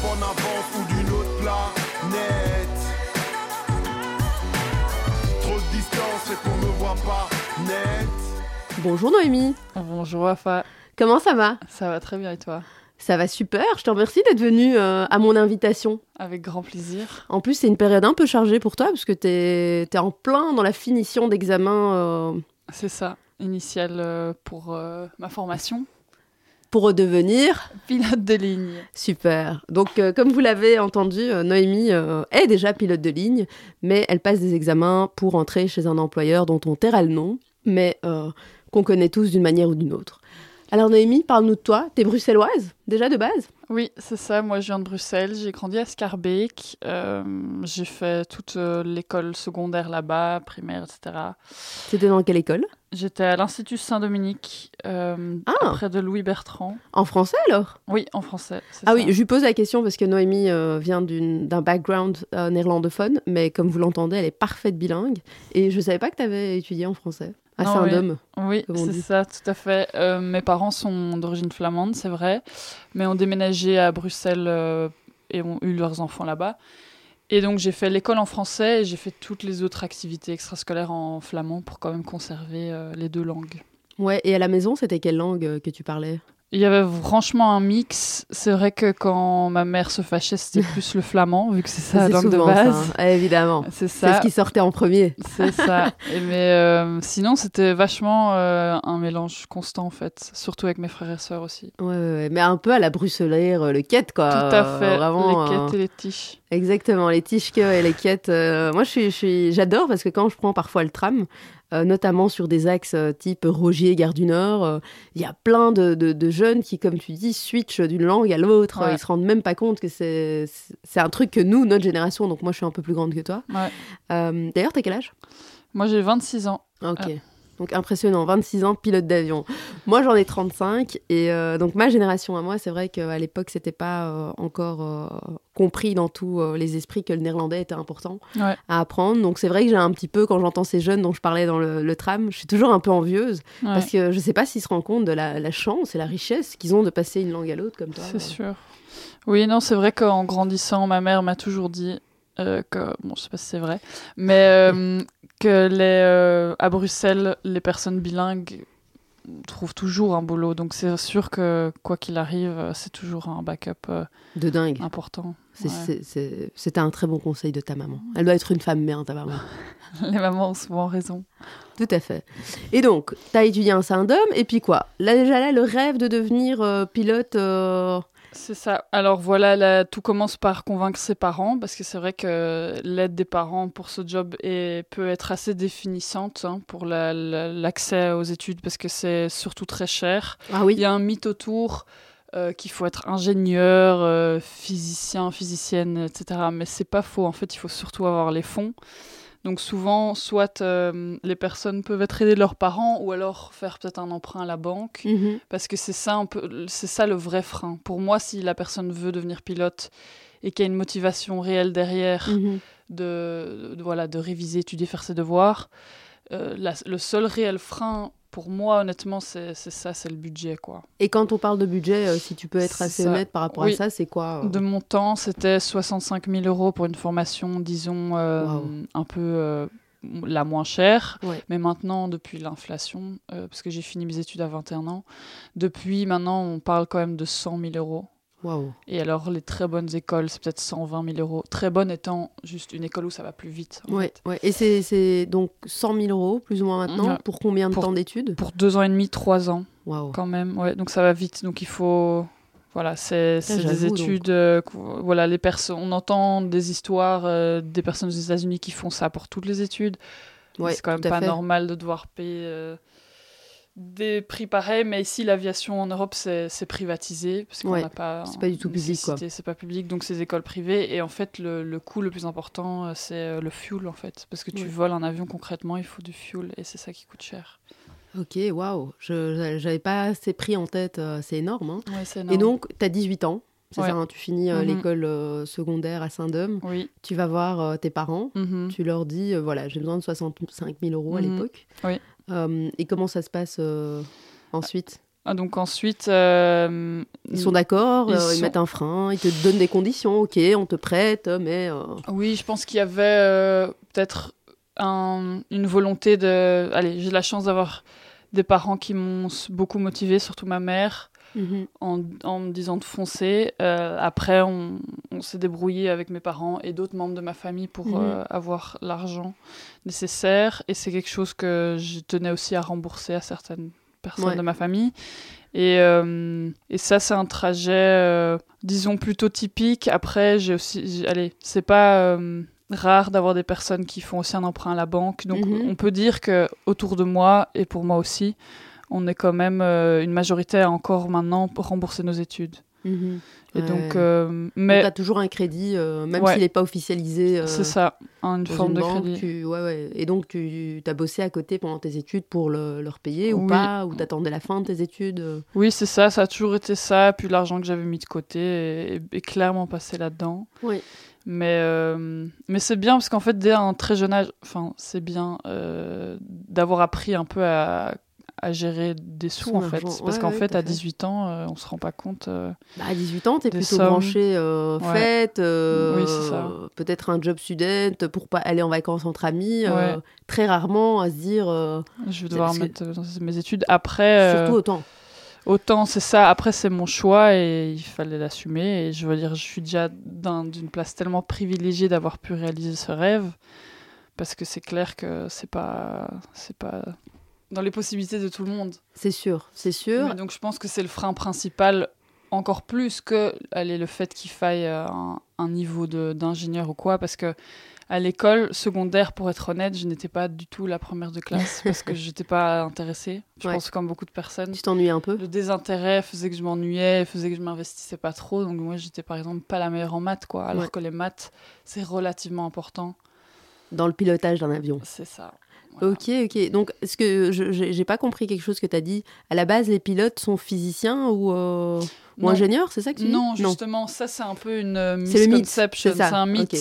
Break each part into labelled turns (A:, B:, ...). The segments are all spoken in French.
A: avance ou d'une autre planète. Trop de distance et qu'on me voit pas net.
B: Bonjour Noémie,
C: Bonjour Afa,
B: comment ça va
C: ça va très bien et toi
B: Ça va super, je te remercie d'être venue euh, à mon invitation.
C: Avec grand plaisir.
B: En plus, c'est une période un peu chargée pour toi, parce que t'es es en plein dans la finition d'examen euh,
C: C'est ça, initial euh, pour euh, ma formation,
B: pour redevenir
C: pilote de ligne.
B: Super. Donc, euh, comme vous l'avez entendu, euh, Noémie euh, est déjà pilote de ligne, mais elle passe des examens pour entrer chez un employeur dont on taira le nom, mais euh, qu'on connaît tous d'une manière ou d'une autre. Alors, Noémie, parle-nous de toi. T'es bruxelloise, déjà de base
C: Oui, c'est ça, moi je viens de Bruxelles, j'ai grandi à Scarbeck, euh, j'ai fait toute euh, l'école secondaire là-bas, primaire, etc.
B: C'était dans quelle école
C: J'étais à l'Institut Saint-Dominique, euh,
B: Ah.
C: près de Louis Bertrand.
B: En français, alors
C: Oui, en français. c'est
B: Ah
C: ça.
B: oui, je lui pose la question parce que Noémie euh, vient d'une- d'un background euh, néerlandophone, mais comme vous l'entendez, elle est parfaite bilingue. Et je savais pas que t'avais étudié en français, Ah, à
C: Non,
B: Saint-Dôme.
C: Oui,
B: comme on
C: c'est
B: dit.
C: ça, tout à fait. Euh, mes parents sont d'origine flamande, c'est vrai, mais ont déménagé à Bruxelles euh, et ont eu leurs enfants là-bas. Et donc j'ai fait l'école en français et j'ai fait toutes les autres activités extrascolaires en flamand pour quand même conserver euh, les deux langues.
B: Ouais, et à la maison, c'était quelle langue euh, que tu parlais
C: Il y avait franchement un mix. C'est vrai que quand ma mère se fâchait, c'était plus le flamand, vu que c'est sa
B: C'est
C: langue de
B: souvent
C: base.
B: ça, hein. évidemment.
C: C'est
B: C'est
C: ça.
B: ce qui sortait en premier.
C: C'est ça. Et mais euh, sinon, c'était vachement euh, un mélange constant en fait, surtout avec mes frères et sœurs aussi.
B: Ouais, ouais, ouais. Mais un peu à la bruxelaire, euh, le quête, quoi.
C: Tout à fait.
B: Euh, Vraiment,
C: les
B: euh,
C: quêtes et les tiges.
B: Exactement, les tiches et les quêtes. euh, moi, je suis, je suis- j'adore parce que quand je prends parfois le tram, euh, notamment sur des axes euh, type Rogier, Gare du Nord, euh, il y a plein de, de- de jeunes qui, comme tu dis, switchent d'une langue à l'autre.
C: Ouais.
B: Ils se rendent même pas compte que c'est c'est un truc que nous, notre génération, donc moi, je suis un peu plus grande que toi.
C: Ouais.
B: Euh, D'ailleurs, t'as quel âge
C: Moi, j'ai 26 ans.
B: Ok.
C: Ah.
B: Donc impressionnant, 26 ans, pilote d'avion. Moi j'en ai 35 et euh, donc ma génération à moi, c'est vrai qu'à l'époque c'était pas euh, encore euh, compris dans tous euh, les esprits que le néerlandais était important
C: Ouais.
B: à apprendre. Donc c'est vrai que j'ai un petit peu, quand j'entends ces jeunes dont je parlais dans le, le tram, je suis toujours un peu envieuse
C: Ouais,
B: parce que je sais pas s'ils se rendent compte de la, la chance et la richesse qu'ils ont de passer une langue à l'autre comme toi.
C: c'est sûr. Oui, non, c'est vrai qu'en grandissant, ma mère m'a toujours dit euh, que, bon, je sais pas si c'est vrai, mais euh, que les, euh, à Bruxelles, les personnes bilingues trouvent toujours un boulot. Donc c'est sûr que quoi qu'il arrive, euh, c'est toujours un backup euh,
B: De dingue.
C: important.
B: C'est-
C: Ouais.
B: c'est- c'est- C'était un très bon conseil de ta maman. Elle doit être une femme merde, ta maman.
C: Les mamans ont souvent raison.
B: Tout à fait. Et donc, t'as étudié un syndrome, et puis quoi Là, déjà là, le rêve de devenir euh, pilote. euh,
C: C'est ça. Alors voilà, là, tout commence par convaincre ses parents, parce que c'est vrai que l'aide des parents pour ce job est, peut être assez définissante hein, pour la- la- l'accès aux études, parce que c'est surtout très cher.
B: Ah
C: Il
B: oui,
C: y a un mythe autour euh, qu'il faut être ingénieur, euh, physicien, physicienne, etc. Mais c'est pas faux. En fait, il faut surtout avoir les fonds. Donc souvent, soit euh, les personnes peuvent être aidées de leurs parents, ou alors faire peut-être un emprunt à la banque.
B: Mhm.
C: Parce que c'est ça, un peu- c'est ça le vrai frein. Pour moi, si la personne veut devenir pilote et qu'il y a une motivation réelle derrière
B: Mhm.
C: de, de- voilà, de réviser, étudier, faire ses devoirs, euh, la- le seul réel frein, pour moi, honnêtement, c'est c'est ça, c'est le budget. quoi.
B: Et quand on parle de budget, euh, si tu peux être
C: C'est
B: assez
C: ça.
B: honnête par rapport à
C: Oui.
B: ça, c'est quoi euh,
C: De mon temps, c'était 65 000 euros pour une formation, disons, euh,
B: Waouh.
C: un peu euh, la moins chère.
B: Ouais.
C: Mais maintenant, depuis l'inflation, euh, parce que j'ai fini mes études à 21 ans, depuis maintenant, on parle quand même de 100 000 euros.
B: Waouh.
C: Et alors, les très bonnes écoles, c'est peut-être 120 000 euros. Très bonne étant juste une école où ça va plus vite. en
B: Ouais,
C: fait.
B: ouais. Et c'est- c'est donc 100 000 euros, plus ou moins maintenant,
C: Ouais.
B: pour combien de
C: Pour-
B: temps d'études
C: Pour deux ans et demi, trois ans,
B: Waouh.
C: quand même. Ouais, donc ça va vite. Donc il faut. Voilà, c'est c'est des
B: j'avoue, donc.
C: études. euh, qu'on- voilà, les personnes. On entend des histoires euh, des personnes aux États-Unis qui font ça pour toutes les études. Mais
B: Ouais,
C: c'est quand même
B: tout à
C: pas
B: fait.
C: normal de devoir payer euh, des prix pareils. Mais ici, l'aviation en Europe, c'est c'est privatisé. Parce qu'on
B: Ouais,
C: n'a pas.
B: c'est pas du tout public, quoi.
C: nécessité, C'est pas public, donc c'est des écoles privées. Et en fait, le, le coût le plus important, euh, c'est euh, le fuel, en fait. Parce que tu
B: Ouais.
C: voles un avion concrètement, il faut du fuel. Et c'est ça qui coûte cher.
B: Ok, waouh. Je j'avais pas ces prix en tête, euh, c'est énorme. hein.
C: Ouais, c'est
B: Et
C: énorme.
B: donc, t'as 18 ans, c'est
C: Ouais.
B: ça, hein, tu finis euh,
C: Mhm.
B: l'école euh, secondaire à Saint-Dôme,
C: Oui.
B: tu vas voir euh, tes parents.
C: Mhm.
B: Tu leur dis, euh, voilà, j'ai besoin de 65 000 euros à
C: Mhm.
B: l'époque.
C: Oui.
B: Euh, et comment ça se passe euh, ensuite
C: Ah, donc ensuite, euh,
B: Ils sont d'accord, euh,
C: Ils
B: ils,
C: sont-
B: mettent un frein, ils te donnent des conditions, ok, on te prête, mais... euh,
C: Oui, je pense qu'il y avait euh, peut-être un- une volonté de. Allez, j'ai la chance d'avoir des parents qui m'ont s- beaucoup motivé, surtout ma mère, en, en me disant de foncer. Euh, après, on, on s'est débrouillé avec mes parents et d'autres membres de ma famille pour
B: Mhm.
C: euh, avoir l'argent nécessaire. Et c'est quelque chose que je tenais aussi à rembourser à certaines personnes
B: Ouais.
C: de ma famille. Et, euh, et ça, c'est un trajet, euh, disons, plutôt typique. Après, j'ai aussi. j'ai- Allez, c'est pas. euh, rare d'avoir des personnes qui font aussi un emprunt à la banque. Donc
B: Mhm.
C: on peut dire que autour de moi et pour moi aussi, on est quand même euh, une majorité à encore maintenant pour rembourser nos études.
B: mhm.
C: Et
B: Ouais.
C: donc, euh,
B: Donc,
C: mais
B: t'as toujours un crédit, euh, même
C: Ouais.
B: s'il n'est pas officialisé. euh,
C: c'est ça, hein, une
B: dans
C: forme
B: une
C: de
B: banque,
C: crédit.
B: tu- ouais, ouais. Et donc, tu as bossé à côté pendant tes études pour le, leur payer ou
C: Oui.
B: pas Ou t'attendais la fin de tes études euh,
C: Oui, c'est ça, ça a toujours été ça. Puis l'argent que j'avais mis de côté est, est- est clairement passé là-dedans.
B: Oui.
C: Mais, euh, mais c'est bien parce qu'en fait, dès un très jeune âge, enfin, c'est bien euh, d'avoir appris un peu à, à gérer des sous
B: Son
C: en fait.
B: argent.
C: Parce
B: Ouais,
C: qu'en
B: ouais,
C: fait,
B: tout à
C: à
B: fait.
C: 18 ans, euh, on se rend pas compte. euh,
B: Bah, à 18 ans, t'es
C: Des
B: plutôt
C: sommes.
B: branché euh,
C: Ouais.
B: fête, euh,
C: Oui, c'est ça.
B: peut-être un job student pour pas aller en vacances entre amis. euh,
C: Ouais.
B: très rarement à se dire, euh,
C: je vais devoir
B: parce que-
C: mettre dans mes études. Après. euh,
B: surtout autant.
C: Autant c'est ça, après c'est mon choix et il fallait l'assumer. Et je veux dire, je suis déjà d'un- d'une place tellement privilégiée d'avoir pu réaliser ce rêve. Parce que c'est clair que c'est pas, c'est pas dans les possibilités de tout le monde.
B: C'est sûr, c'est sûr.
C: Mais donc je pense que c'est le frein principal, encore plus que allez, le fait qu'il faille euh, un, un niveau de- d'ingénieur ou quoi. Parce que à l'école secondaire, pour être honnête, je n'étais pas du tout la première de classe parce que j'étais pas intéressée. Je
B: Ouais.
C: pense comme beaucoup de personnes.
B: Tu t'ennuies un peu
C: Le désintérêt faisait que je m'ennuyais, faisait que je m'investissais pas trop. Donc moi, j'étais par exemple pas la meilleure en maths, quoi. Alors
B: Ouais.
C: que les maths, c'est relativement important.
B: dans le pilotage d'un avion.
C: C'est ça. Voilà.
B: Ok, ok. Donc, est-ce que je- j'ai j'ai pas compris quelque chose que tu as dit À la base, les pilotes sont physiciens ou, euh, ou
C: Non.
B: ingénieurs, c'est ça que tu dis
C: Non, justement, ça c'est un peu une euh,
B: C'est le mythe,
C: misconception.
B: c'est ça,
C: C'est un mythe.
B: ok.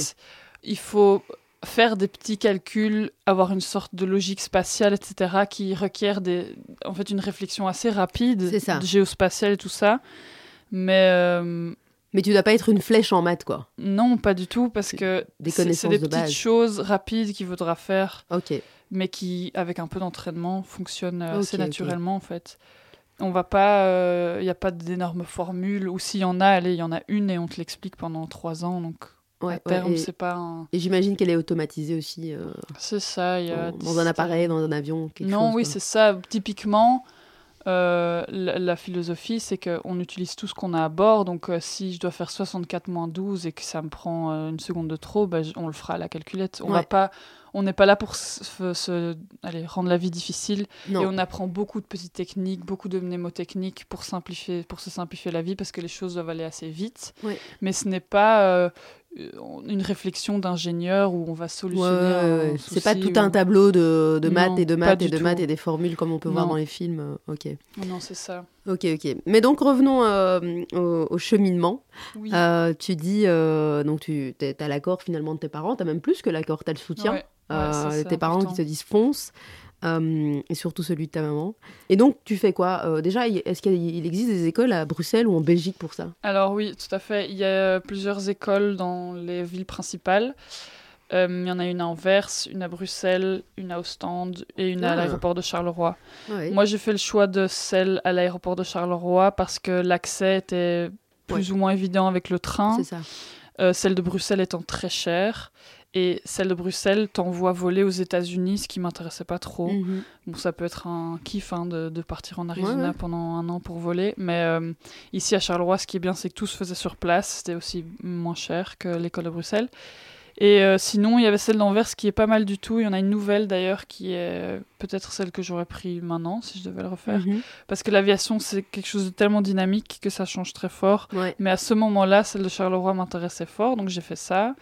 C: Il faut faire des petits calculs, avoir une sorte de logique spatiale, etc., qui requiert des, en fait une réflexion assez rapide,
B: C'est ça.
C: géospatiale et tout ça. Mais euh,
B: Mais tu dois pas être une flèche en maths, quoi.
C: non, pas du tout, parce
B: C'est
C: que
B: des
C: c'est c'est
B: connaissances
C: des
B: de
C: petites
B: base.
C: choses rapides qu'il faudra faire
B: Ok.
C: mais qui, avec un peu d'entraînement, fonctionne euh, assez
B: Ok, ok.
C: naturellement en fait. On va pas, il n'y a pas d'énormes formules, ou s'il y en a, allez, il y en a une et on te l'explique pendant trois ans, donc
B: Ouais,
C: à
B: ouais,
C: terme,
B: et-
C: c'est pas un...
B: et j'imagine qu'elle est automatisée aussi euh,
C: C'est ça, il y a...
B: dans, dans un appareil, dans un avion, quelque
C: non,
B: chose,
C: oui,
B: quoi.
C: c'est ça. Typiquement, euh, la, la philosophie, c'est qu'on utilise tout ce qu'on a à bord. Donc, euh, si je dois faire 64-12 et que ça me prend euh, une seconde de trop, bah, je- on le fera à la calculette. On va
B: Ouais.
C: pas, on n'est pas là pour se, se- se- allez, rendre la vie difficile.
B: Non.
C: Et on apprend beaucoup de petites techniques, beaucoup de mnémotechniques pour, simplifier, pour se simplifier la vie parce que les choses doivent aller assez vite.
B: Ouais.
C: Mais ce n'est pas... euh, une réflexion d'ingénieur où on va
B: Ouais, ouais,
C: solutionner un
B: ouais, ouais. C'est pas
C: souci
B: tout un
C: ou-
B: tableau de, de maths
C: Non,
B: et de
C: pas
B: maths
C: du
B: et de
C: tout.
B: maths et des formules comme on peut voir
C: Non.
B: dans les films. euh, Ok.
C: non c'est ça
B: Ok, ok. Mais donc revenons euh, au, au cheminement.
C: oui.
B: Euh, tu dis, euh, donc tu as l'accord finalement de tes parents, tu as même plus que l'accord, tu as le soutien.
C: Ouais, ouais, ça,
B: Euh,
C: c'est
B: tes parents qui
C: important.
B: te disent fonce, euh, et surtout celui de ta maman. Et donc tu fais quoi Euh, Déjà, y- est-ce qu'il y- il existe des écoles à Bruxelles ou en Belgique pour ça
C: Alors oui, tout à fait. Il y a euh, plusieurs écoles dans les villes principales. Euh, il y en a une à Anvers, une à Bruxelles, une à Ostende et une
B: Ah.
C: à l'aéroport de Charleroi.
B: Ouais.
C: Moi, j'ai fait le choix de celle à l'aéroport de Charleroi parce que l'accès était plus ou moins évident avec le train.
B: C'est ça.
C: Euh, celle de Bruxelles étant très chère. Et celle de Bruxelles t'envoie voler aux États-Unis, ce qui m'intéressait pas trop.
B: Mhm.
C: Bon, ça peut être un kiff hein, de, de partir en Arizona
B: Ouais, ouais.
C: pendant un an pour voler, mais euh, ici à Charleroi, ce qui est bien, c'est que tout se faisait sur place. C'était aussi moins cher que l'école de Bruxelles. Et euh, sinon, il y avait celle d'Anvers qui est pas mal du tout. Il y en a une nouvelle d'ailleurs qui est euh, peut-être celle que j'aurais pris maintenant si je devais le refaire.
B: Mhm.
C: Parce que l'aviation, c'est quelque chose de tellement dynamique que ça change très fort.
B: Ouais.
C: Mais à ce moment-là, celle de Charleroi m'intéressait fort, donc j'ai fait ça.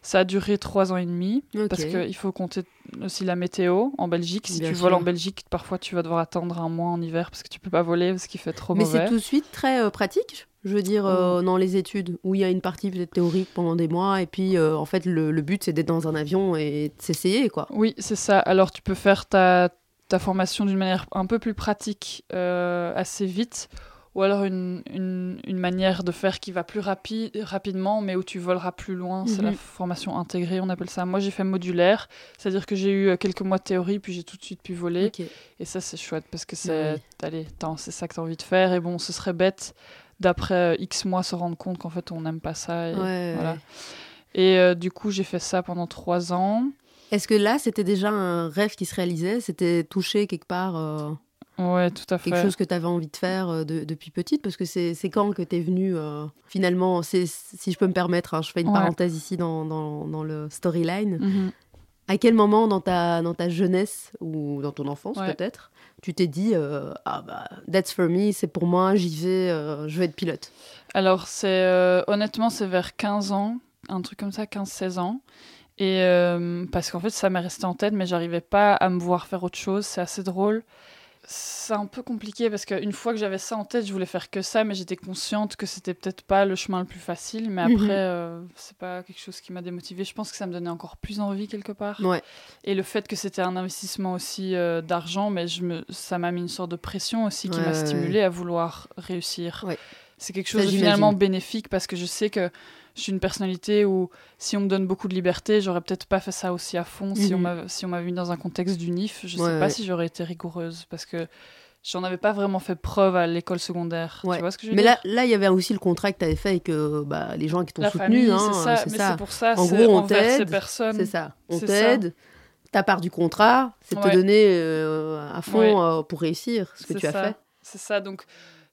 C: Ça a duré trois ans et demi,
B: Ok.
C: parce qu'il faut compter aussi la météo en Belgique. Si
B: Bien
C: tu voles
B: sûr.
C: en Belgique, parfois tu vas devoir attendre un mois en hiver parce que tu peux pas voler parce qu'il fait trop
B: Mais
C: mauvais. Mm.
B: c'est tout de suite très euh, pratique, je veux dire, euh, dans les études, où il y a une partie peut-être théorique pendant des mois, et puis euh, en fait le, le but c'est d'être dans un avion et de s'essayer, quoi.
C: Oui, c'est ça. Alors tu peux faire ta ta formation d'une manière un peu plus pratique euh, assez vite, ou alors une, une, une manière de faire qui va plus rapi rapidement, mais où tu voleras plus loin. C'est la
B: Mhm.
C: formation intégrée, on appelle ça. Moi, j'ai fait modulaire, c'est-à-dire que j'ai eu euh, quelques mois de théorie, puis j'ai tout de suite pu voler.
B: Ok.
C: Et ça, c'est chouette parce que c'est
B: oui.
C: allez, t'en- c'est ça que tu as envie de faire. Et bon, ce serait bête d'après euh, X mois se rendre compte qu'en fait, on n'aime pas ça. Et,
B: Ouais,
C: voilà.
B: ouais.
C: et euh, du coup, j'ai fait ça pendant trois ans.
B: Est-ce que là, c'était déjà un rêve qui se réalisait C'était touché quelque part euh,
C: Ouais, tout à fait.
B: quelque chose que tu avais envie de faire euh, de- depuis petite Parce que c'est c'est quand que tu es venue euh, Finalement, c'est- si je peux me permettre, hein, je fais une
C: Ouais.
B: parenthèse ici dans, dans- dans le storyline.
C: Mhm.
B: À quel moment dans ta, dans ta jeunesse ou dans ton enfance
C: Ouais.
B: peut-être, tu t'es dit euh, Ah bah, that's for me, c'est pour moi, j'y vais, euh, je veux être pilote
C: Alors, c'est euh, honnêtement, c'est vers 15 ans, un truc comme ça, 15-16 ans. Et euh, parce qu'en fait, ça m'est resté en tête, mais j'arrivais pas à me voir faire autre chose. C'est assez drôle. C'est un peu compliqué parce qu'une fois que j'avais ça en tête, je voulais faire que ça, mais j'étais consciente que c'était peut-être pas le chemin le plus facile. Mais
B: Mhm.
C: après, euh, c'est pas quelque chose qui m'a démotivée. Je pense que ça me donnait encore plus envie quelque part.
B: Ouais.
C: Et le fait que c'était un investissement aussi euh, d'argent, mais je me, ça m'a mis une sorte de pression aussi qui
B: Ouais,
C: m'a
B: ouais,
C: stimulée à vouloir réussir.
B: Ouais.
C: C'est quelque
B: Ça,
C: chose de
B: j'imagine.
C: finalement bénéfique parce que je sais que je suis une personnalité où si on me donne beaucoup de liberté, j'aurais peut-être pas fait ça aussi à fond si on
B: Mhm.
C: m'avait si on m'avait mis dans un contexte du NIF. Je
B: Ouais,
C: sais pas
B: ouais.
C: si j'aurais été rigoureuse parce que j'en avais pas vraiment fait preuve à l'école secondaire.
B: Ouais.
C: Tu vois ce que je veux
B: Mais
C: dire
B: là, là, il y avait aussi le contrat que tu avais fait avec euh, bah, les gens qui t'ont
C: la
B: soutenu.
C: famille,
B: hein,
C: c'est ça.
B: c'est
C: Mais
B: ça.
C: c'est pour ça,
B: En
C: c'est
B: gros, on
C: envers ces
B: t'aide,
C: personnes.
B: C'est ça. On
C: c'est
B: t'aide. Ta part du contrat, c'est
C: Ouais.
B: te donner euh, à fond
C: Ouais.
B: euh, pour réussir ce que
C: C'est
B: tu as
C: ça.
B: fait.
C: C'est ça. Donc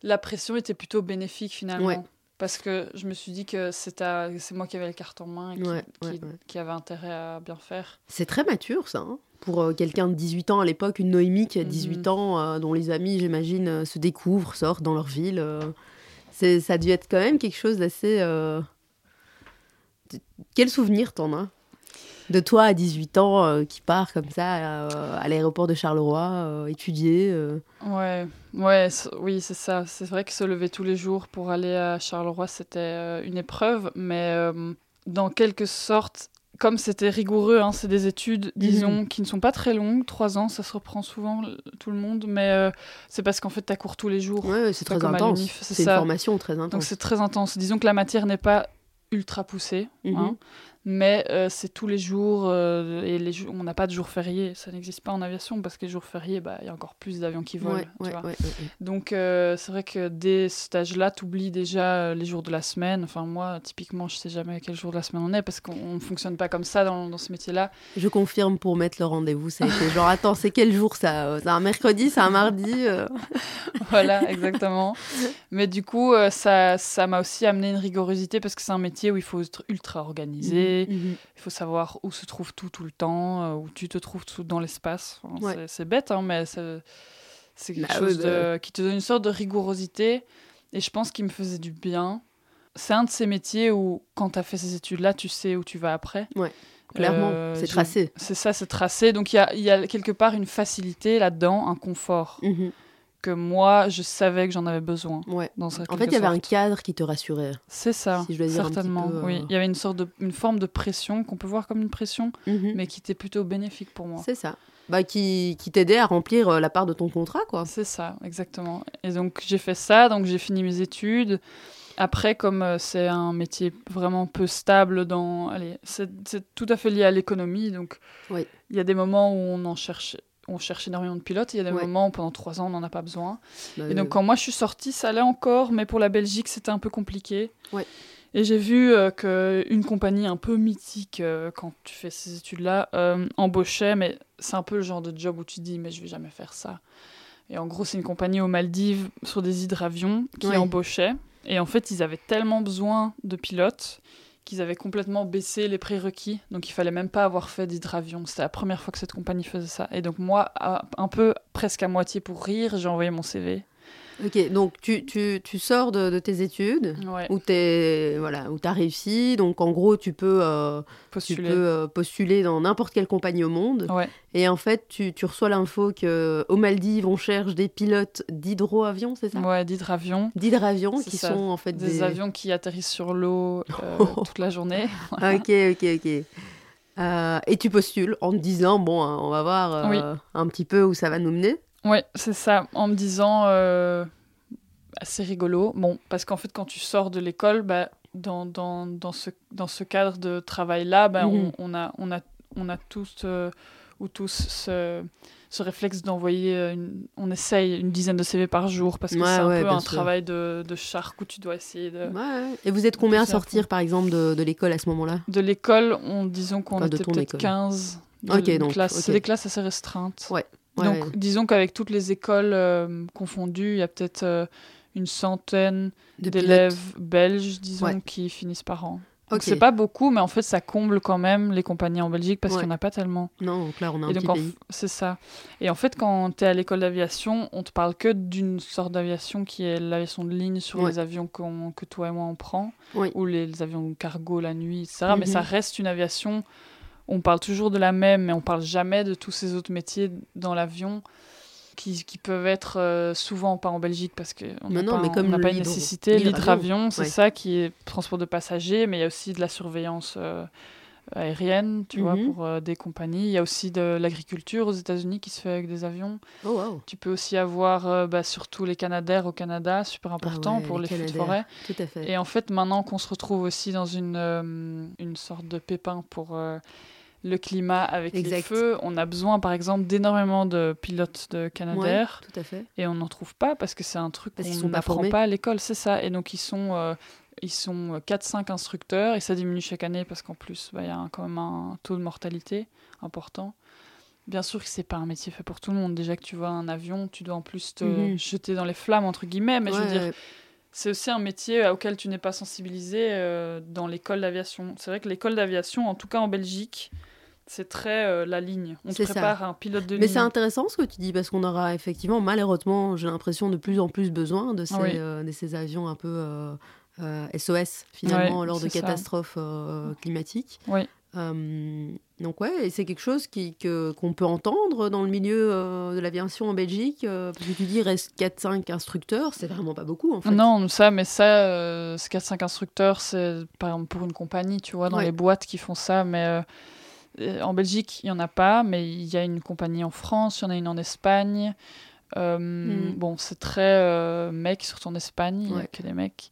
C: la pression était plutôt bénéfique finalement.
B: Ouais.
C: Parce que je me suis dit que c'est à- c'est moi qui avais la carte en main et qui,
B: Ouais,
C: qui-
B: ouais, ouais.
C: qui avait intérêt à bien faire.
B: C'est très mature, ça. hein, pour euh, quelqu'un de 18 ans à l'époque, une Noémie
C: Mhm.
B: qui a 18 ans, euh, dont les amis, j'imagine, euh, se découvrent, sortent dans leur ville. euh, c'est, ça a dû être quand même quelque chose d'assez. euh, de- Quel souvenir t'en as De toi à 18 ans euh, qui part comme ça euh, à l'aéroport de Charleroi, euh, étudier. euh.
C: Ouais, ouais, c- oui, c'est ça. C'est vrai que se lever tous les jours pour aller à Charleroi, c'était euh, une épreuve, mais euh, dans quelque sorte, comme c'était rigoureux, hein, c'est des études,
B: Mhm.
C: disons, qui ne sont pas très longues, trois ans, ça se reprend souvent l- tout le monde, mais euh, c'est parce qu'en fait, t'as cours tous les jours.
B: Ouais, c'est
C: Pas
B: très
C: comme à
B: intense.
C: l'UNIF, c'est
B: C'est une
C: ça.
B: formation très
C: Donc
B: intense.
C: c'est très intense. Disons que la matière n'est pas ultra poussée,
B: Mhm.
C: hein, mais euh, c'est tous les jours euh, et les jours- on n'a pas de jours fériés. Ça n'existe pas en aviation parce que les jours fériés, bah, il y a encore plus d'avions qui volent.
B: Ouais,
C: tu
B: ouais,
C: vois.
B: ouais, ouais, ouais.
C: Donc euh, c'est vrai que dès ce stage-là, t'oublies déjà euh, les jours de la semaine. Enfin moi, typiquement, je sais jamais quel jour de la semaine on est parce qu'on ne fonctionne pas comme ça dans, dans ce métier-là.
B: Je confirme pour mettre le rendez-vous. Ça a été genre, attends, c'est quel jour ça euh, C'est un mercredi, c'est un mardi euh
C: voilà, exactement. Mais du coup, euh, ça ça m'a aussi amené une rigorosité parce que c'est un métier où il faut être ultra organisé.
B: Mhm.
C: Il faut savoir où se trouve tout tout le temps, euh, où tu te trouves tout dans l'espace. Enfin,
B: Ouais.
C: c'est- C'est bête, hein, mais c'est c'est quelque
B: Bah
C: chose
B: oui,
C: de- qui te donne une sorte de rigorosité. Et je pense qu'il me faisait du bien. C'est un de ces métiers où, quand tu as fait ces études-là, tu sais où tu vas après.
B: Ouais, Clairement,
C: Euh,
B: c'est
C: j'ai-
B: tracé.
C: C'est ça, c'est tracé. Donc il y a, il y a quelque part une facilité là-dedans, un confort
B: Mhm.
C: que moi, je savais que j'en avais besoin.
B: Ouais.
C: Dans ça,
B: En fait, il y avait un cadre qui te rassurait.
C: C'est ça,
B: si je dois dire un petit
C: certainement.
B: peu, euh,
C: Oui, il y avait une sorte de, une forme de pression qu'on peut voir comme une pression,
B: Mhm.
C: mais qui était plutôt bénéfique pour moi.
B: C'est ça. Bah, qui, qui t'aidait à remplir euh, la part de ton contrat, quoi.
C: C'est ça, exactement. Et donc j'ai fait ça, donc j'ai fini mes études. Après, comme euh, c'est un métier vraiment peu stable dans, allez, c'est c'est tout à fait lié à l'économie, donc
B: Oui.
C: il y a des moments où on en cherche, on cherche énormément de pilotes, il y a des
B: Ouais.
C: moments où pendant trois ans on n'en a pas besoin.
B: Bah,
C: Et donc
B: euh,
C: quand moi je suis sortie, ça allait encore, mais pour la Belgique c'était un peu compliqué.
B: Ouais.
C: Et j'ai vu euh, que une compagnie un peu mythique euh, quand tu fais ces études-là euh, embauchait, mais c'est un peu le genre de job où tu dis mais je vais jamais faire ça. Et en gros c'est une compagnie aux Maldives sur des hydravions qui
B: Ouais.
C: embauchait. Et en fait ils avaient tellement besoin de pilotes qu'ils avaient complètement baissé les prérequis, donc il fallait même pas avoir fait d'hydravion. C'était la première fois que cette compagnie faisait ça. Et donc moi, à- un peu presque à moitié pour rire, j'ai envoyé mon CV.
B: Ok, donc tu, tu, tu sors de, de tes études
C: Ouais,
B: où t'es voilà où t'as réussi donc en gros tu peux euh, tu
C: postuler.
B: peux euh, postuler dans n'importe quelle compagnie au monde
C: Ouais,
B: et en fait tu, tu reçois l'info que euh, aux Maldives on cherche des pilotes d'hydroavions c'est ça
C: ouais d'hydravions.
B: d'hydravions
C: C'est
B: qui
C: ça.
B: sont en fait Oh.
C: Des avions qui atterrissent sur l'eau euh, toute la journée.
B: Ah, ok ok ok Euh, et tu postules en te disant, bon, hein, on va voir euh,
C: Oui.
B: un petit peu où ça va nous mener.
C: Ouais, c'est ça, en me disant euh, Ah, c'est rigolo. Bon, parce qu'en fait, quand tu sors de l'école, bah, dans, dans, dans, ce, dans ce cadre de travail-là, bah,
B: Mhm.
C: on, on a, on, a, on a tous euh, ou tous ce, ce réflexe d'envoyer, euh, une- on essaye une dizaine de CV par jour parce que
B: Ouais,
C: c'est un
B: ouais,
C: peu
B: bien
C: un
B: sûr.
C: travail de, de charc où tu dois essayer de.
B: Ouais. Et vous êtes combien à
C: Pousser à
B: sortir, par exemple, de, de l'école à ce moment-là
C: De l'école, on, disons qu'on
B: Enfin, de
C: était
B: ton
C: peut-être
B: école.
C: 15. de-
B: Ok,
C: de
B: donc,
C: classe. C'est
B: ok.
C: des classes assez restreintes.
B: Ouais,
C: Donc,
B: ouais.
C: disons qu'avec toutes les écoles euh, confondues, il y a peut-être euh, une centaine
B: De
C: d'élèves
B: pilotes.
C: belges, disons,
B: Ouais.
C: qui finissent par an. Donc,
B: Ok.
C: C'est pas beaucoup, mais en fait, ça comble quand même les compagnies en Belgique parce
B: Ouais.
C: qu'il n'y en a pas tellement.
B: Non, donc là, on a un
C: Et
B: petit
C: donc, en f-
B: pays.
C: c'est ça. Et en fait, quand tu es à l'école d'aviation, on te parle que d'une sorte d'aviation qui est l'aviation de ligne sur
B: Ouais.
C: les avions qu'on- que toi et moi on prend,
B: Oui.
C: ou les, les avions cargo la nuit, etc.
B: Mhm.
C: Mais ça reste une aviation. On parle toujours de la même, mais on parle jamais de tous ces autres métiers dans l'avion qui, qui peuvent être euh, souvent pas en Belgique parce qu'on
B: Mais
C: n'a
B: non,
C: pas,
B: mais
C: on
B: comme
C: n'a
B: le
C: pas une
B: libre-
C: nécessité.
B: libre
C: Libre-avion, c'est
B: ouais.
C: ça qui est transport de passagers, mais il y a aussi de la surveillance. euh, aérienne, tu vois,
B: Mhm.
C: pour euh, des compagnies. Il y a aussi de l'agriculture aux États-Unis qui se fait avec des avions.
B: Oh, wow.
C: Tu peux aussi avoir euh, bah, surtout les Canadaires au Canada, super important
B: Ah ouais,
C: pour
B: les
C: les feux de
B: Canadaires.
C: forêt.
B: Tout à fait.
C: Et en fait, maintenant qu'on se retrouve aussi dans une, euh, une sorte de pépin pour euh, le climat avec les
B: Exact.
C: feux, on a besoin par exemple d'énormément de pilotes de
B: Ouais,
C: Canadair
B: tout à fait.
C: et on n'en trouve pas parce que c'est un truc
B: Parce qu'ils
C: qu'on
B: sont pas
C: n'apprend
B: formés.
C: pas à l'école, c'est ça. Et donc ils sont, euh, ils sont 4-5 instructeurs et ça diminue chaque année parce qu'en plus bah, il y a un- quand même un taux de mortalité important. Bien sûr que c'est pas un métier fait pour tout le monde. Déjà que tu vois un avion, tu dois en plus te
B: Mhm.
C: jeter dans les flammes entre guillemets. Mais je veux
B: Ouais,
C: dire, c'est aussi un métier euh, auquel tu n'es pas sensibilisé euh, dans l'école d'aviation. C'est vrai que l'école d'aviation, en tout cas en Belgique, c'est très euh, la ligne. On te
B: C'est ça.
C: prépare à un pilote de
B: Mais
C: ligne.
B: c'est intéressant ce que tu dis parce qu'on aura effectivement, malheureusement, j'ai l'impression de plus en plus besoin de ces,
C: Ah oui.
B: euh, de ces avions un peu euh, euh, SOS finalement
C: Ouais,
B: lors de
C: c'est ça.
B: catastrophes euh, climatiques.
C: Oui.
B: Euh, donc ouais, et c'est quelque chose qui que- qu'on peut entendre dans le milieu euh, de l'aviation en Belgique. euh, parce que tu dis reste 4-5 instructeurs, c'est vraiment pas beaucoup en fait.
C: Non, ça, mais ça, euh, ce 4-5 instructeurs, c'est par exemple pour une compagnie, tu vois, dans
B: Ouais.
C: les boîtes qui font ça, mais euh, euh, en Belgique, il n'y en a pas, mais il y a une compagnie en France, il y en a une en Espagne. Euh,
B: Mm.
C: Bon, c'est très euh, mec, surtout en Espagne, il n'y a
B: Ouais.
C: que des mecs.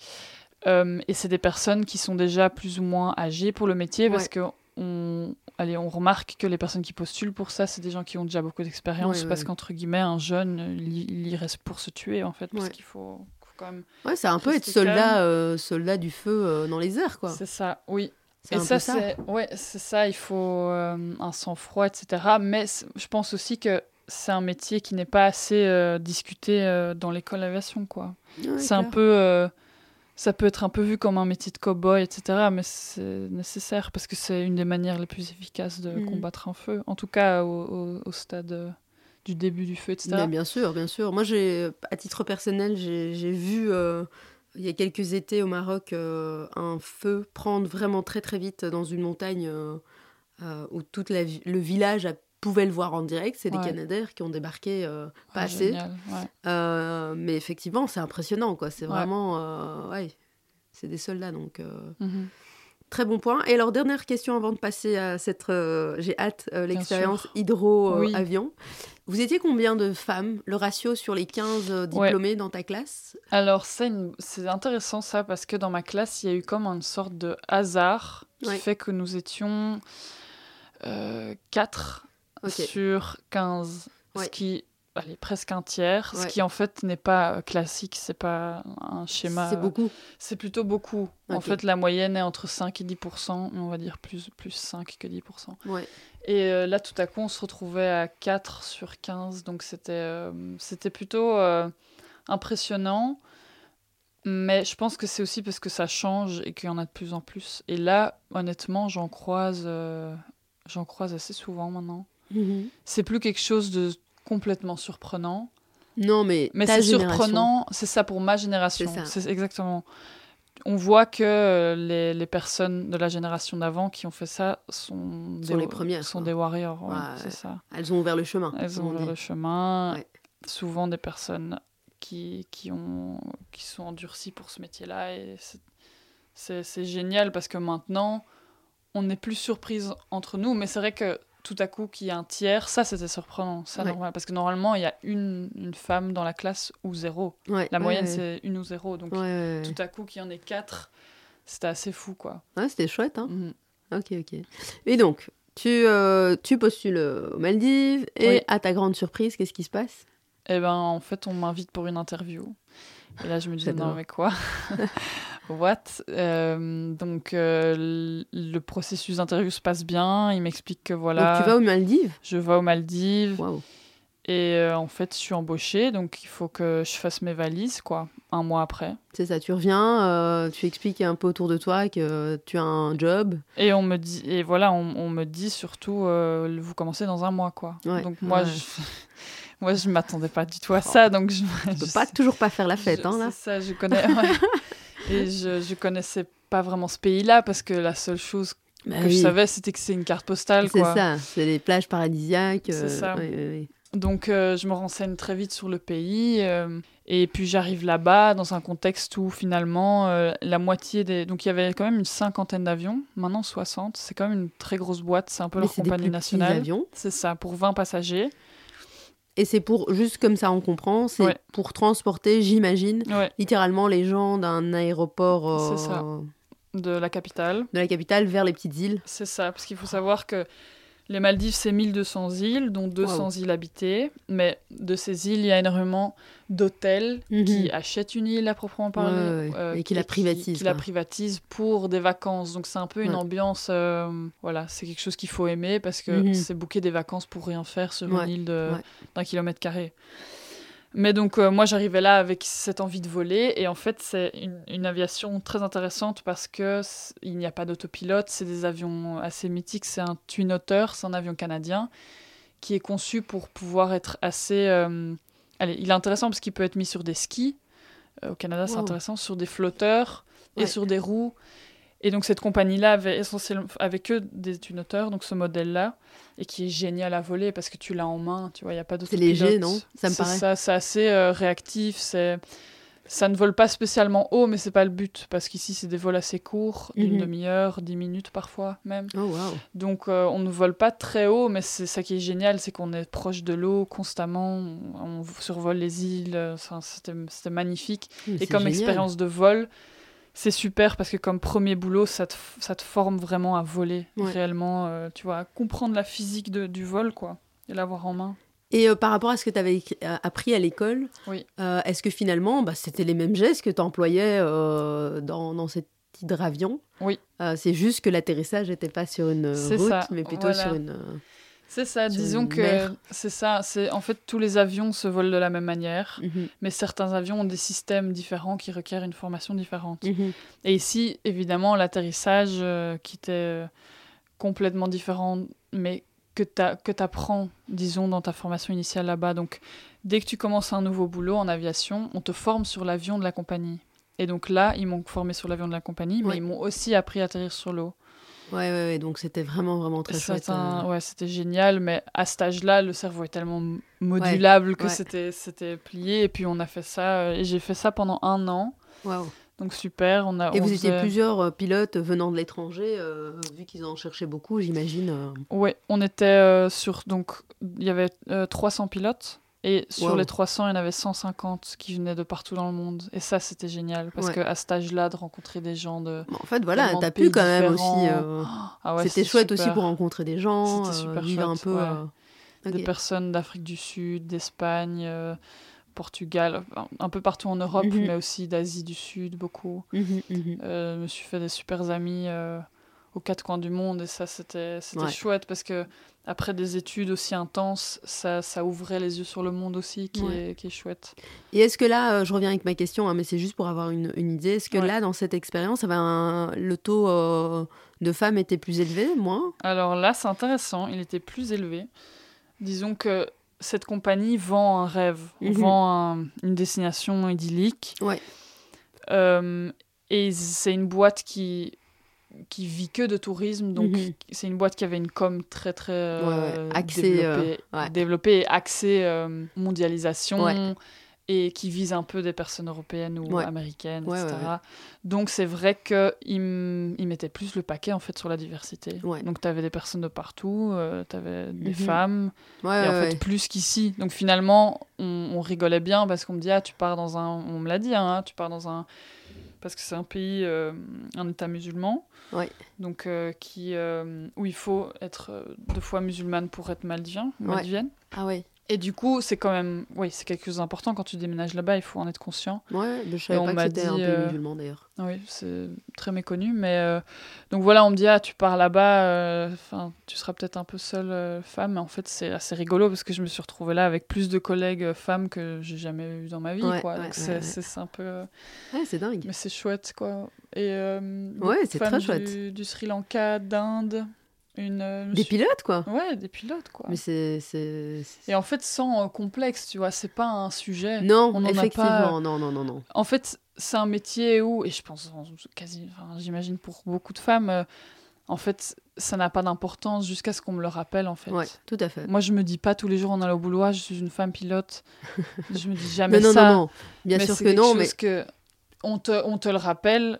C: Euh, et c'est des personnes qui sont déjà plus ou moins âgées pour le métier, parce
B: Ouais.
C: que on, allez, on remarque que les personnes qui postulent pour ça, c'est des gens qui ont déjà beaucoup d'expérience,
B: Ouais, ouais,
C: parce
B: ouais.
C: qu'entre guillemets, un jeune, il, il y reste pour se tuer, en fait, parce
B: Ouais.
C: qu'il faut- faut quand même
B: Ouais, c'est un peu être
C: Rester calme.
B: soldat, euh, soldat du feu euh, dans les airs quoi.
C: C'est ça, oui.
B: C'est
C: Et
B: un
C: ça,
B: peu ça.
C: c'est ouais, c'est ça. Il faut euh, un sang-froid, etc. Mais c'est- je pense aussi que c'est un métier qui n'est pas assez euh, discuté euh, dans l'école d'aviation, quoi.
B: Ouais,
C: c'est un
B: clair.
C: peu, euh, ça peut être un peu vu comme un métier de cow-boy, etc. Mais c'est nécessaire parce que c'est une des manières les plus efficaces de
B: Mhm.
C: combattre un feu. En tout cas, au, au- au stade euh, du début du feu, etc.
B: Mais bien sûr, bien sûr. Moi, j'ai, à titre personnel, j'ai j'ai vu euh, il y a quelques étés au Maroc euh, un feu prendre vraiment très très vite dans une montagne euh, euh, où toute la vi- le village a- pouvait le voir en direct. C'est
C: Ouais.
B: des Canadaires qui ont débarqué euh, pas
C: Ouais,
B: assez.
C: Ah, génial, ouais.
B: Euh, mais effectivement, c'est impressionnant, quoi. C'est
C: Ouais.
B: vraiment, euh, ouais, c'est des soldats, donc. euh,
C: Mhm.
B: Très bon point. Et alors, dernière question avant de passer à cette. euh, J'ai hâte, euh, l'expérience
C: sûr. Oui.
B: hydro-avion. Vous étiez combien de femmes Le ratio sur les 15 euh,
C: Ouais.
B: diplômés dans ta classe
C: Alors, c'est une- c'est intéressant ça, parce que dans ma classe, il y a eu comme une sorte de hasard qui
B: Ouais.
C: fait que nous étions 4
B: Ok.
C: sur 15, ce
B: Ouais.
C: qui allez, presque un tiers, ce
B: Ouais.
C: qui en fait n'est pas euh, classique, c'est pas un schéma.
B: C'est
C: euh,
B: beaucoup.
C: C'est plutôt beaucoup. En
B: Ok.
C: fait, la moyenne est entre 5 et 10%, mais on va dire plus, plus 5 que 10%.
B: Ouais.
C: Et euh, là, tout à coup, on se retrouvait à 4 sur 15. Donc, c'était euh, c'était plutôt euh, impressionnant. Mais je pense que c'est aussi parce que ça change et qu'il y en a de plus en plus. Et là, honnêtement, j'en croise, euh, j'en croise assez souvent maintenant.
B: Mhm.
C: C'est plus quelque chose de complètement surprenant.
B: Non, mais.
C: Mais
B: ta
C: c'est
B: génération-
C: surprenant, c'est ça pour ma génération.
B: C'est ça.
C: C'est exactement. On voit que euh, les, les personnes de la génération d'avant qui ont fait ça sont,
B: Sont les premières,
C: sont
B: quoi.
C: des warriors. ouais,
B: Ouais,
C: c'est
B: ouais.
C: ça.
B: Elles ont ouvert le chemin.
C: Elles
B: comme
C: ont
B: on
C: ouvert
B: dit.
C: le chemin.
B: Ouais.
C: Souvent des personnes qui, qui, ont, qui sont endurcies pour ce métier-là. Et c'est- c'est c'est génial parce que maintenant, on n'est plus surprise entre nous. Mais c'est vrai que tout à coup, qu'il y a un tiers, ça c'était surprenant. Ça,
B: Ouais.
C: normal, parce que normalement, il y a une, une femme dans la classe ou zéro.
B: Ouais,
C: La
B: ouais,
C: moyenne,
B: ouais.
C: c'est une ou zéro. Donc
B: Ouais, ouais, ouais.
C: tout à coup, qu'il y en ait quatre, c'était assez fou, quoi.
B: Ouais, c'était chouette, hein.
C: Mhm.
B: Ok, ok. Et donc, tu, euh, tu postules aux Maldives et
C: Oui.
B: à ta grande surprise, qu'est-ce qui se passe
C: Eh ben, en fait, on m'invite pour une interview. Et là, je me dis,
B: J'adore.
C: non, mais quoi What Euh, Donc, euh, l- le processus d'interview se passe bien. Il m'explique que voilà,
B: Donc, tu vas aux Maldives
C: je vais aux Maldives.
B: Waouh.
C: Et euh, en fait, je suis embauchée. Donc, il faut que je fasse mes valises, quoi, un mois après.
B: C'est ça, tu reviens, euh, tu expliques un peu autour de toi que tu as un job.
C: Et on me dit, et voilà, on, on me dit surtout, euh, vous commencez dans un mois, quoi.
B: Ouais.
C: Donc,
B: Ouais.
C: moi,
B: Oh.
C: je... moi, je m'attendais pas du tout à ça. Donc, je.
B: Tu peux pas, toujours pas faire la fête,
C: Je-
B: hein, là.
C: C'est ça, je connais. ouais. Et je, je connaissais pas vraiment ce pays-là parce que la seule chose que
B: Bah
C: je
B: oui.
C: savais, c'était que c'est une carte postale,
B: C'est
C: quoi.
B: ça, c'est les plages paradisiaques.
C: C'est
B: euh,
C: ça.
B: ouais, ouais, ouais.
C: Donc euh, je me renseigne très vite sur le pays euh, et puis j'arrive là-bas dans un contexte où finalement euh, la moitié des donc il y avait quand même une cinquantaine d'avions, maintenant 60, c'est quand même une très grosse boîte, c'est un peu
B: Mais
C: leur
B: c'est des plus
C: compagnie
B: petits
C: nationale.
B: avions.
C: C'est ça, pour 20 passagers.
B: Et c'est pour, juste comme ça on comprend, c'est
C: Ouais.
B: pour transporter, j'imagine,
C: Ouais,
B: littéralement les gens d'un aéroport euh,
C: C'est ça. de la capitale.
B: de la capitale vers les petites îles.
C: C'est ça, parce qu'il faut savoir que les Maldives, c'est 1200 îles, dont 200 îles habitées. Mais de ces îles, il y a énormément d'hôtels
B: Mhm.
C: qui achètent une île à proprement parler. euh,
B: Ouais, ouais, et qui la privatisent,
C: Qui, la
B: quoi.
C: privatisent pour des vacances. Donc c'est un peu une
B: Ouais.
C: ambiance. euh, voilà, c'est quelque chose qu'il faut aimer parce que
B: Mhm.
C: c'est bouquer des vacances pour rien faire sur
B: Ouais,
C: une île de-
B: ouais.
C: d'un kilomètre carré. Mais donc, euh, moi, j'arrivais là avec cette envie de voler. Et en fait, c'est une, une aviation très intéressante parce que c- il n'y a pas d'autopilote. C'est des avions assez mythiques. C'est un twin otter, c'est un avion canadien qui est conçu pour pouvoir être assez. euh, Allez, il est intéressant parce qu'il peut être mis sur des skis. Euh, au Canada, c'est
B: Wow.
C: intéressant. Sur des flotteurs et
B: Ouais.
C: sur des roues. Et donc, cette compagnie-là avait essentiellement avec eux des twin otters, donc ce modèle-là, et qui est génial à voler parce que tu l'as en main. Tu vois, il n'y a pas d'autopilote.
B: léger, non Ça me
C: C'est
B: paraît.
C: ça, c'est assez euh, réactif. C'est ça ne vole pas spécialement haut, mais c'est pas le but parce qu'ici c'est des vols assez courts, d'une
B: Mhm.
C: demi-heure, dix minutes parfois même.
B: Oh waouh.
C: Donc euh, on ne vole pas très haut, mais c'est ça qui est génial, c'est qu'on est proche de l'eau constamment, on, on survole les îles, euh, enfin, c'était c'était magnifique.
B: Mais
C: Et
B: c'est
C: comme
B: génial.
C: expérience de vol, c'est super parce que comme premier boulot, ça te, f- ça te forme vraiment à voler,
B: Ouais.
C: réellement, euh, tu vois, à comprendre la physique de- du vol, quoi, et l'avoir en main.
B: Et euh, par rapport à ce que tu avais appris à l'école,
C: Oui.
B: euh, est-ce que finalement, bah, c'était les mêmes gestes que tu employais euh, dans, dans cet hydravion
C: Oui.
B: Euh, c'est juste que l'atterrissage n'était pas sur une euh,
C: C'est
B: route,
C: ça,
B: mais plutôt
C: voilà.
B: sur une. euh,
C: C'est ça,
B: Sur
C: disons
B: une
C: que
B: mer.
C: c'est ça, c'est en fait tous les avions se volent de la même manière,
B: mhm,
C: mais certains avions ont des systèmes différents qui requièrent une formation différente.
B: mhm.
C: Et ici, évidemment, l'atterrissage euh, qui était euh, complètement différent, mais que tu apprends, disons, dans ta formation initiale là-bas. Donc, dès que tu commences un nouveau boulot en aviation, on te forme sur l'avion de la compagnie. Et donc là, ils m'ont formé sur l'avion de la compagnie, mais
B: Ouais.
C: ils m'ont aussi appris à atterrir sur l'eau.
B: Ouais, ouais, ouais, donc c'était vraiment, vraiment très
C: C'est
B: chouette.
C: un-
B: euh.
C: Ouais, c'était génial, mais à cet âge-là, le cerveau est tellement m- modulable que
B: ouais.
C: c'était c'était plié. Et puis on a fait ça, euh, et j'ai fait ça pendant un an.
B: euh, Waouh.
C: Donc super, on a.
B: Et
C: on
B: vous étiez
C: faisait-
B: plusieurs euh, pilotes venant de l'étranger, euh, vu qu'ils en cherchaient beaucoup, j'imagine. euh.
C: Ouais, on était euh, sur donc il y avait euh, 300 pilotes et sur
B: Wow.
C: les 300, il y en avait 150 qui venaient de partout dans le monde et ça c'était génial parce
B: Ouais.
C: que à cet âge-là de rencontrer des gens de
B: Bon, en fait, voilà,
C: tellement de
B: t'as
C: pays
B: pu quand même aussi.
C: différents.
B: euh,
C: Ah ouais,
B: c'était chouette aussi
C: super.
B: pour rencontrer des gens,
C: C'était
B: euh,
C: super
B: vivre un
C: chouette,
B: peu.
C: ouais.
B: euh, ok.
C: des personnes d'Afrique du Sud, d'Espagne, euh, Portugal, un- un peu partout en Europe
B: Mhm.
C: mais aussi d'Asie du Sud beaucoup.
B: Mhm, mhm.
C: Euh, je me suis fait des super amis euh, aux quatre coins du monde et ça c'était c'était
B: Ouais.
C: chouette parce que après des études aussi intenses, ça, ça ouvrait les yeux sur le monde aussi qui,
B: Ouais.
C: est, qui est chouette.
B: Et est-ce que là, euh, je reviens avec ma question, hein, mais c'est juste pour avoir une, une idée, est-ce que
C: Ouais.
B: là, dans cette expérience, ça va un- le taux euh, de femmes était plus élevé, moins
C: Alors là c'est intéressant, il était plus élevé. Disons que cette compagnie vend un rêve,
B: Mhm.
C: vend un- une destination idyllique.
B: Ouais.
C: Euh, et c'est une boîte qui qui vit que de tourisme, donc
B: Mhm.
C: c'est une boîte qui avait une com très très euh,
B: Ouais, ouais. Axée,
C: développée,
B: euh, ouais.
C: développée et axée euh, mondialisation,
B: Ouais.
C: et qui vise un peu des personnes européennes ou
B: Ouais.
C: américaines,
B: Ouais,
C: etc.
B: ouais, ouais.
C: Donc c'est vrai que il m- il mettait plus le paquet en fait sur la diversité.
B: Ouais.
C: Donc tu avais des personnes de partout, tu avais des
B: Mhm.
C: femmes,
B: Ouais,
C: et en
B: ouais,
C: fait
B: ouais.
C: plus qu'ici. Donc finalement on, on rigolait bien parce qu'on me dit ah tu pars dans un, on me l'a dit hein, tu pars dans un parce que c'est un pays, euh, un État musulman,
B: Ouais.
C: donc euh, qui euh, où il faut être euh, deux fois musulmane pour être maldivien,
B: Ouais.
C: maldivienne.
B: Ah ouais.
C: Et du coup, c'est quand même, oui, c'est quelque chose d'important quand tu déménages là-bas, il faut en être conscient.
B: Ouais, ouais, je savais
C: on
B: pas
C: m'a
B: que c'était un
C: dit,
B: pays
C: euh,
B: musulman d'ailleurs.
C: Ah Oui, c'est très méconnu, mais euh, donc voilà, on me dit ah tu pars là-bas, euh, enfin tu seras peut-être un peu seule euh, femme. En fait, c'est assez rigolo parce que je me suis retrouvée là avec plus de collègues euh, femmes que j'ai jamais eu dans ma vie,
B: Ouais,
C: quoi.
B: ouais,
C: donc
B: ouais,
C: c'est
B: ouais.
C: c'est- c'est un peu, euh,
B: Ouais, c'est dingue.
C: mais c'est chouette, quoi. Et euh,
B: Ouais,
C: beaucoup de
B: c'est
C: femmes
B: très chouette.
C: Du, du Sri Lanka, d'Inde, une. euh, je me
B: Des
C: suis-
B: pilotes, quoi.
C: Ouais, des pilotes, quoi.
B: Mais c'est. c'est- c'est-
C: Et en fait, sans euh, complexe, tu vois, c'est pas un sujet.
B: Non,
C: on en a
B: effectivement,
C: pas-
B: non, non, non, non.
C: En fait, c'est un métier où, et je pense en- quasi, enfin, j'imagine pour beaucoup de femmes, euh, en fait, ça n'a pas d'importance jusqu'à ce qu'on me le rappelle, en fait.
B: Ouais, tout à fait.
C: Moi, je me dis pas tous les jours en allant au boulot, Ah, je suis une femme pilote. je me dis jamais
B: Mais non,
C: Ah, ça.
B: non, non. Bien
C: Mais
B: sûr
C: c'est
B: que
C: quelque
B: non,
C: chose
B: mais
C: que on te, on te le rappelle.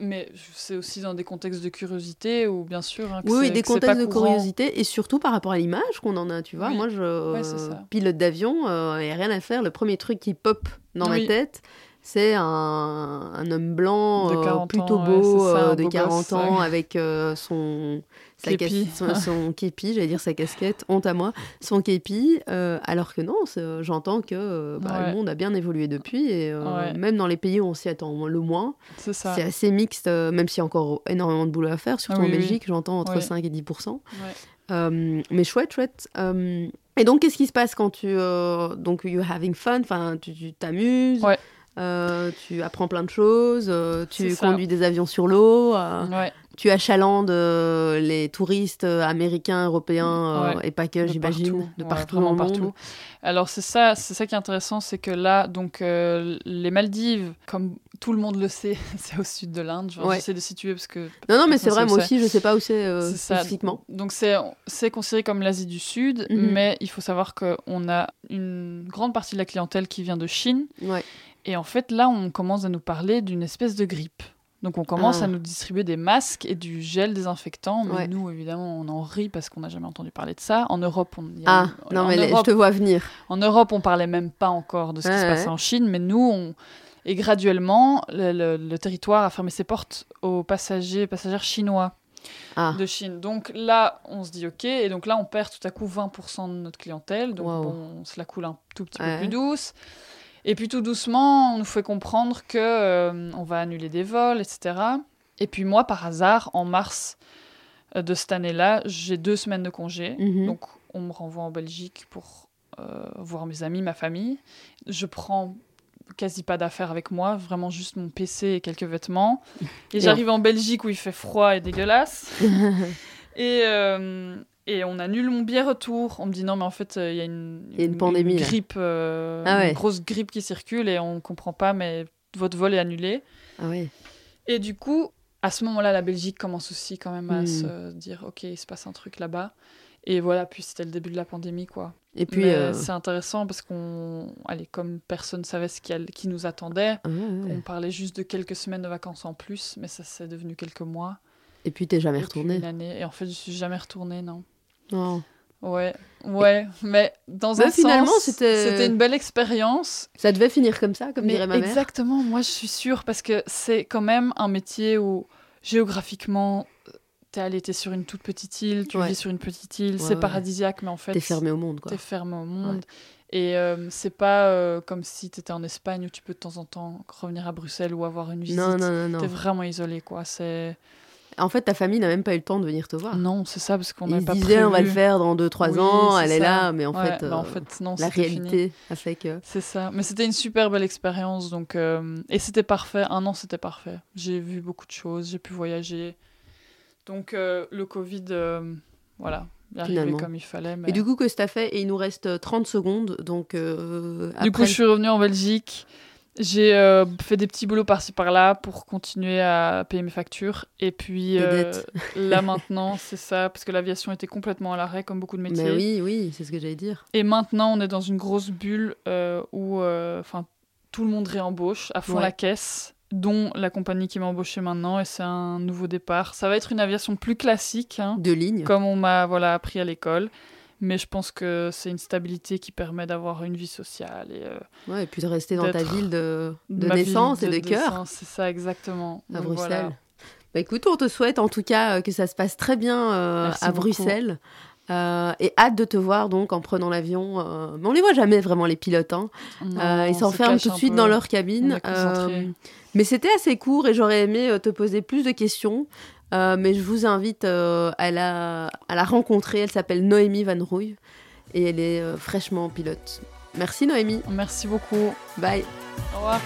C: Mais c'est aussi dans des contextes de curiosité ou bien sûr. hein, que
B: Oui, oui,
C: c'est-
B: des
C: que c'est pas
B: contextes de
C: courant.
B: curiosité et surtout par rapport à l'image qu'on en a, tu vois.
C: Oui.
B: Moi, je
C: Ouais, c'est ça.
B: pilote d'avion euh, et rien à faire. Le premier truc qui pop dans
C: Oui.
B: ma tête, c'est un, un homme blanc
C: De
B: euh,
C: 40 ans,
B: plutôt
C: ouais,
B: beau,
C: c'est ça, un
B: euh, de
C: beau
B: 40
C: gosse,
B: ans, avec euh, son, sa
C: Képi.
B: cas- son, son képi, j'allais dire sa casquette, honte à moi, son képi. euh, alors que non, c'est- j'entends que euh, bah,
C: Ouais.
B: le monde a bien évolué depuis et euh,
C: Ouais.
B: même dans les pays où on s'y attend le moins,
C: C'est ça.
B: c'est assez mixte, euh, même s'il y a encore énormément de boulot à faire, surtout
C: Ah oui,
B: en
C: oui.
B: Belgique, j'entends entre
C: Ouais.
B: 5 et 10
C: Ouais.
B: Euh, Mais chouette, chouette. Euh, et donc, qu'est-ce qui se passe quand tu. euh, donc, you're having fun, enfin, tu tu t'amuses,
C: Ouais.
B: euh, tu apprends plein de choses, euh, tu
C: C'est ça.
B: conduis des avions sur l'eau, euh,
C: Ouais.
B: tu achalandes euh, les touristes euh, américains, européens, euh, et pas que,
C: De
B: j'imagine,
C: partout.
B: de
C: Ouais,
B: partout
C: vraiment
B: dans le monde.
C: partout. Alors c'est ça, c'est ça qui est intéressant, c'est que là, donc euh, les Maldives, comme tout le monde le sait, c'est au sud de l'Inde. Genre,
B: Ouais.
C: J'essaie de situer parce que
B: Non, non, mais c'est
C: Personne
B: vrai,
C: le
B: moi
C: sait.
B: aussi, je sais pas où c'est euh,
C: c'est ça.
B: spécifiquement.
C: Donc c'est c'est considéré comme l'Asie du Sud,
B: Mhm.
C: mais il faut savoir qu'on a une grande partie de la clientèle qui vient de Chine.
B: Ouais.
C: Et en fait, là, on commence à nous parler d'une espèce de grippe. Donc on commence
B: Ah.
C: à nous distribuer des masques et du gel désinfectant. Mais
B: Ouais.
C: nous, évidemment, on en rit parce qu'on n'a jamais entendu parler de ça. En Europe, on y a-
B: Ah, non,
C: en
B: mais les-
C: Europe,
B: je te vois venir.
C: En Europe, on parlait même pas encore de ce qui
B: Ouais,
C: se
B: ouais.
C: passait en Chine, mais nous, on... et graduellement, le, le- le territoire a fermé ses portes aux passagers, passagères chinois
B: Ah.
C: de Chine. Donc là, on se dit OK, et donc là, on perd tout à coup 20% de notre clientèle, donc
B: Wow.
C: bon, on se la coule un tout petit
B: Ouais.
C: peu plus douce. Et puis tout doucement, on nous fait comprendre que euh, on va annuler des vols, etc. Et puis moi, par hasard, en mars euh, de cette année-là, j'ai deux semaines de congé.
B: Mhm.
C: Donc, on me renvoie en Belgique pour euh, voir mes amis, ma famille. Je prends quasi pas d'affaires avec moi, vraiment juste mon PC et quelques vêtements. Et
B: Et
C: j'arrive en Belgique où il fait froid et dégueulasse. et, euh, et on annule mon billet retour. On me dit non, mais en fait, euh, il y a une,
B: Il y a une pandémie, là.
C: grippe, euh,
B: Ah ouais.
C: une grosse grippe qui circule et on comprend pas, mais votre vol est annulé.
B: Ah ouais.
C: Et du coup, à ce moment-là, la Belgique commence aussi quand même à
B: Hmm.
C: se dire, ok, il se passe un truc là-bas. Et voilà, puis c'était le début de la pandémie, quoi.
B: Et puis.
C: Mais
B: euh,
C: Bah, c'est intéressant parce qu'on, allez, comme personne savait ce qui, all- qui nous attendait,
B: ah ouais, ouais.
C: on parlait juste de quelques semaines de vacances en plus, mais ça s'est devenu quelques mois.
B: Et puis t'es jamais
C: et puis bah,
B: retourné.
C: une année. Et en fait, je suis jamais retournée, non.
B: Non.
C: Ouais, ouais, mais dans
B: Bah,
C: un
B: finalement,
C: sens,
B: c'était-
C: c'était une belle expérience.
B: Ça devait finir comme ça, comme
C: Mais
B: dirait ma mère.
C: Exactement, moi je suis sûre, parce que c'est quand même un métier où géographiquement, t'es allé, t'es sur une toute petite île, tu
B: Ouais.
C: vis sur une petite île,
B: Ouais,
C: c'est
B: ouais.
C: paradisiaque, mais en fait,
B: T'es fermé au monde, quoi.
C: t'es fermé au monde. Et euh, c'est pas euh, comme si t'étais en Espagne où tu peux de temps en temps revenir à Bruxelles ou avoir une visite.
B: Non, non, non,
C: T'es
B: non.
C: vraiment isolé, quoi. C'est...
B: En fait, ta famille n'a même pas eu le temps de venir te voir.
C: Non, c'est ça, parce qu'on
B: Ah. Ils
C: n'a
B: se
C: pas
B: disaient, on va le
C: prévu.
B: faire dans 2-3
C: Oui,
B: ans,
C: c'est
B: elle est
C: ça.
B: là, mais en
C: Ouais,
B: fait,
C: bah,
B: euh,
C: en fait, non,
B: la
C: c'était fini.
B: réalité a fait que.
C: C'est ça. Mais c'était une super belle expérience. Donc, euh, et c'était parfait. Un an, c'était parfait. J'ai vu beaucoup de choses. J'ai pu voyager. Donc, euh, le Covid, euh, voilà, il est arrivé
B: Finalement.
C: comme il fallait. mais-
B: Et du
C: du,
B: coup, que t'as fait Et il nous reste euh, 30 secondes, donc. euh,
C: coup,
B: après-
C: je suis revenue en Belgique. J'ai euh, fait des petits boulots par-ci par-là pour continuer à payer mes factures. Et puis
B: Des
C: euh,
B: dettes.
C: là maintenant, c'est ça, parce que l'aviation était complètement à l'arrêt, comme beaucoup de métiers.
B: Mais oui, oui, c'est ce que j'allais dire.
C: Et maintenant, on est dans une grosse bulle euh, où enfin tout le monde réembauche à fond
B: Ouais.
C: la caisse, dont la compagnie qui m'a embauché maintenant, et c'est un nouveau départ. Ça va être une aviation plus classique, hein,
B: Deux lignes.
C: comme on m'a voilà, appris à l'école. Mais je pense que c'est une stabilité qui permet d'avoir une vie sociale et euh,
B: Ouais, et puis de rester dans ta
C: d'être
B: ville de, de
C: ma vie
B: naissance et de cœur.
C: naissance, C'est ça, exactement.
B: à
C: Donc,
B: Bruxelles.
C: voilà.
B: Bah, écoute, on te souhaite en tout cas euh, que ça se passe très bien euh,
C: Merci
B: à
C: beaucoup.
B: Bruxelles. Euh, et hâte de te voir donc en prenant l'avion. euh, mais on les voit jamais vraiment les pilotes. hein.
C: Non,
B: Euh, ils
C: on se
B: s'enferment
C: cache
B: tout de
C: un
B: suite
C: peu.
B: dans leur
C: On
B: cabine.
C: est concentrés.
B: Euh, mais c'était assez court et j'aurais aimé euh, te poser plus de questions. Euh, mais je vous invite euh, à, la, à la rencontrer. Elle s'appelle Noémie Van Rooij et elle est euh, fraîchement pilote. Merci Noémie.
C: Merci beaucoup.
B: Bye.
C: Au revoir.